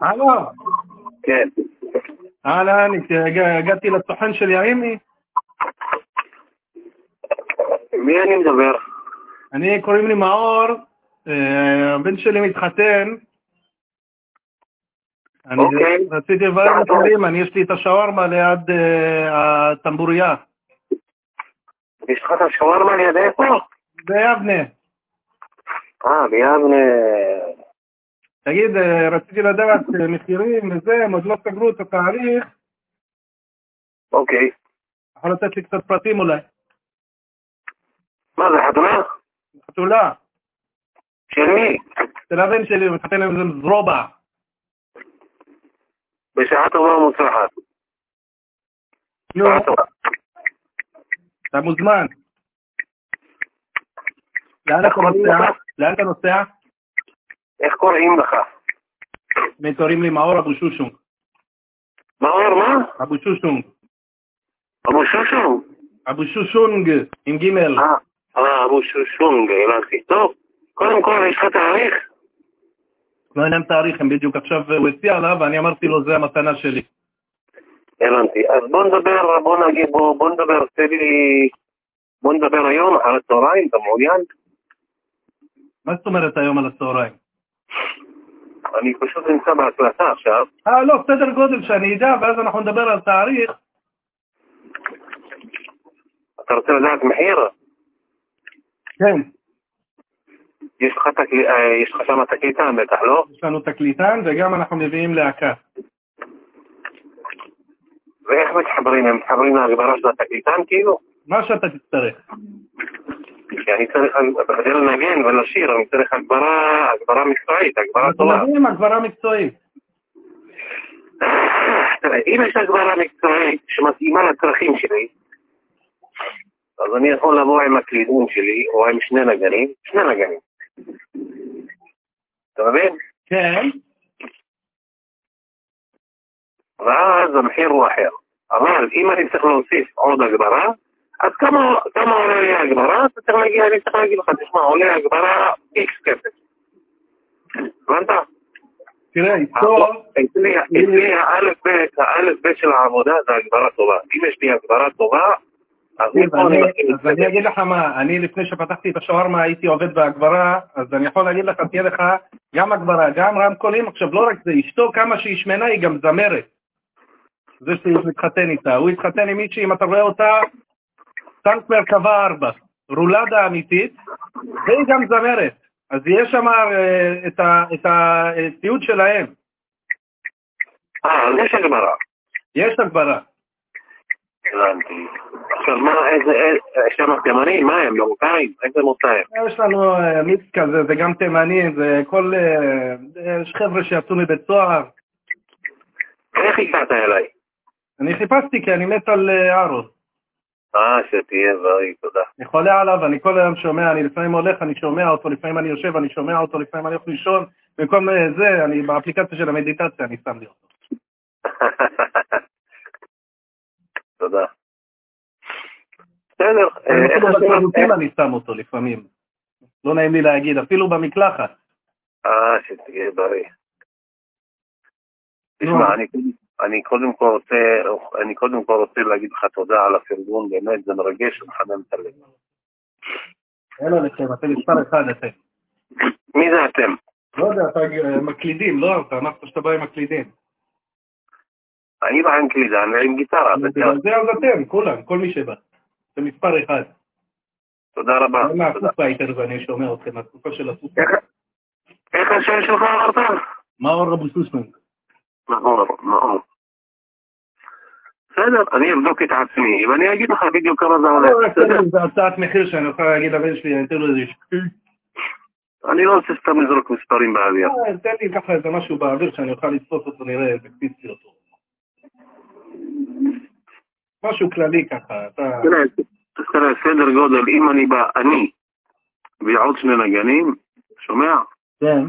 הלו, כן. אהלן, הג- הגעתי לסוכן של ירימי, מי אני מדבר? אני קוראים לי מאור, אה, הבן שלי מתחתן. אני אוקיי. רציתי לברר מחירים, אני יש לי את השווארמה ליד אה, הטמבוריה, יש לך את השווארמה ליד איפה? ביבנה. אה, ביבנה. תגיד, אה, רציתי לדעת אה, מחירים וזה, הם עוד לא סגרו את התאריך, אוקיי. יכול לתת לי קצת פרטים אולי. מה זה, חתונה? חתולה, של מי? של הבן שלי, הוא מתחתן עם איזה זרובה. בשעה טובה ומוצלחת. נו, שעה טובה. אתה מוזמן. לאן אתה נוסע? לאן אתה נוסע? איך קוראים לך? קוראים לי מאור אבו שושונג. מאור, מה? אבו שושונג. אבו שושונג. אבו שושונג, עם גימל. אה, אה, אבו שושונג, הבנתי. טוב, קודם כל, יש לך תאריך? לא אין להם תאריך, הם בדיוק עכשיו, אה, הוא הציע עליו, ואני אמרתי לו, זה המתנה שלי. הבנתי. אז בוא נדבר, בוא נגיד, בוא, בוא נדבר, תן לי... בוא נדבר היום על הצהריים, אתה מעוניין? מה זאת אומרת היום על הצהריים? אני פשוט נמצא בהקלטה עכשיו. אה, לא, סדר גודל שאני אדע, ואז אנחנו נדבר על תאריך. אתה רוצה לדעת מחיר? כן. יש לך תקל... אה, יש לך שם תקליטן בטח, לא? יש לנו תקליטן, וגם אנחנו מביאים להקה. ואיך מתחברים? הם מתחברים להגברה של התקליטן כאילו? מה שאתה תצטרך. כי אני צריך, בכדי לנגן ולשיר, אני צריך הגברה, הגברה מקצועית, הגברה אנחנו טובה. מביאים הגברה מקצועית. תראה, אם יש הגברה מקצועית שמתאימה לצרכים שלי, אז אני יכול לבוא עם הקלידון שלי, או עם שני נגנים, שני נגנים. אתה מבין? כן. ואז המחיר הוא אחר. אבל אם אני צריך להוסיף עוד הגברה, אז כמה, כמה עולה לי הגברה? אתה צריך להגיד, אני צריך להגיד לך, תשמע, עולה הגברה איקס כסף. הבנת? תראה, אה, טוב, אצלי אצלי האלף בית, האלף בית של העבודה זה הגברה טובה. אם יש לי הגברה טובה, אז תקשיב, מפה אני אני- מתחיל אז אני להתקדם. אגיד לך מה, אני לפני שפתחתי את השווארמה הייתי עובד בהגברה, אז אני יכול להגיד לך, תהיה לך גם הגברה, גם רמקולים, עכשיו לא רק זה, אשתו כמה שהיא שמנה היא גם זמרת. זה שהוא מתחתן איתה, הוא התחתן עם מישהי, אם אתה רואה אותה, טנק מרכבה ארבע, רולדה אמיתית, והיא גם זמרת. אז יש שם אה, את ה- את הציוד שלהם, אה, אז יש הגברה. יש הגברה. הבנתי. עכשיו מה, איזה, איזה- יש לנו תימנים, מה הם, מרוקאים? איזה מוצא הם? יש לנו אה, מיקס כזה, זה גם תימני, זה כל... אה, יש חבר'ה שיצאו מבית סוהר. איך הגעת אליי? אני חיפשתי כי אני מת על אה, ארוס. אה, שתהיה בריא, תודה. אני חולה עליו, אני כל היום שומע, אני לפעמים הולך, אני שומע אותו, לפעמים אני יושב, אני שומע אותו, לפעמים אני הולך לישון. במקום אה, זה, אני באפליקציה של המדיטציה, אני שם לי אותו. תודה. בסדר, אה, איך אפילו השם בשירותים איך- אני שם אותו לפעמים. לא נעים לי להגיד, אפילו במקלחת. אה, שתהיה בריא. נו. תשמע, אני- אני קודם כל רוצה, אני קודם כל רוצה להגיד לך תודה על הפרגון, באמת, זה מרגש ומחמם את הלב. אין עליכם, אתם מספר אחד אתם. מי זה אתם? לא יודע, אתה אה, מקלידים, לא? אתה אמרת שאתה בא עם מקלידים. אני בא עם קלידן ועם גיטרה, אה, בסדר? בגלל זה אז אתם, כולם, כל מי שבא. זה מספר אחד. תודה רבה. זה לא אה, תודה. כן. מהקופה איתנו ואני שומע אתכם, התקופה של הסופה. איך- איך השם שלך אמרת? מאור אבו סוסמן. מאור, מאור. נכון, בסדר, אני אבדוק את עצמי, ואני אגיד לך בדיוק כמה זה עולה. לא, בסדר? כן. זה הצעת מחיר שאני רוצה להגיד לבן שלי, אני אתן לו איזה שקוי. אני לא רוצה סתם לזרוק מספרים באוויר. אה, תן לי ככה איזה משהו באוויר שאני אוכל לתפוס אותו, נראה איזה קפיץ לי אותו. משהו כללי ככה, אתה... תראה, תראה, סדר גודל, אם אני בא, אני ועוד שני נגנים, שומע? כן.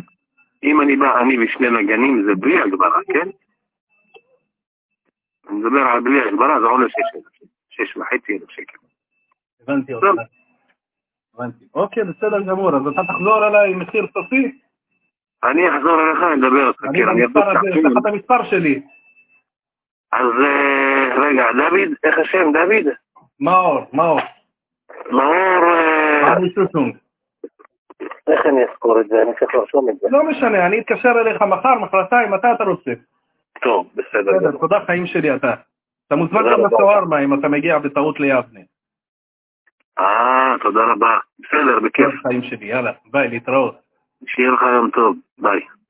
אם אני בא, אני ושני נגנים, זה בלי הגברה, כן? אני מדבר על בלי הגברה, זה עולה שש אלף, שש וחצי אלף שקל. הבנתי אותך. הבנתי. אוקיי, בסדר גמור, אז אתה תחזור אליי עם מחיר סופי? אני אחזור אליך, אני אדבר איתך. אני כן, אני במספר אבדוק את הזה, יש השם. לך את המספר שלי, אז אה, רגע, דוד, איך השם, דוד? מאור, מאור, מאור... אה, אבו שושונג. איך אני אזכור את זה? אני צריך לרשום את זה. לא משנה, אני אתקשר אליך מחר, מחרתיים, מתי אתה רוצה. טוב, בסדר. בסדר, גמור. תודה חיים שלי אתה. אתה מוזמן לא תודה גם רבה. לסווארמה אם אתה מגיע בטעות ליבנה. אה, תודה רבה. בסדר, בכיף. תודה, חיים שלי, יאללה, ביי, להתראות. שיהיה לך יום טוב. ביי.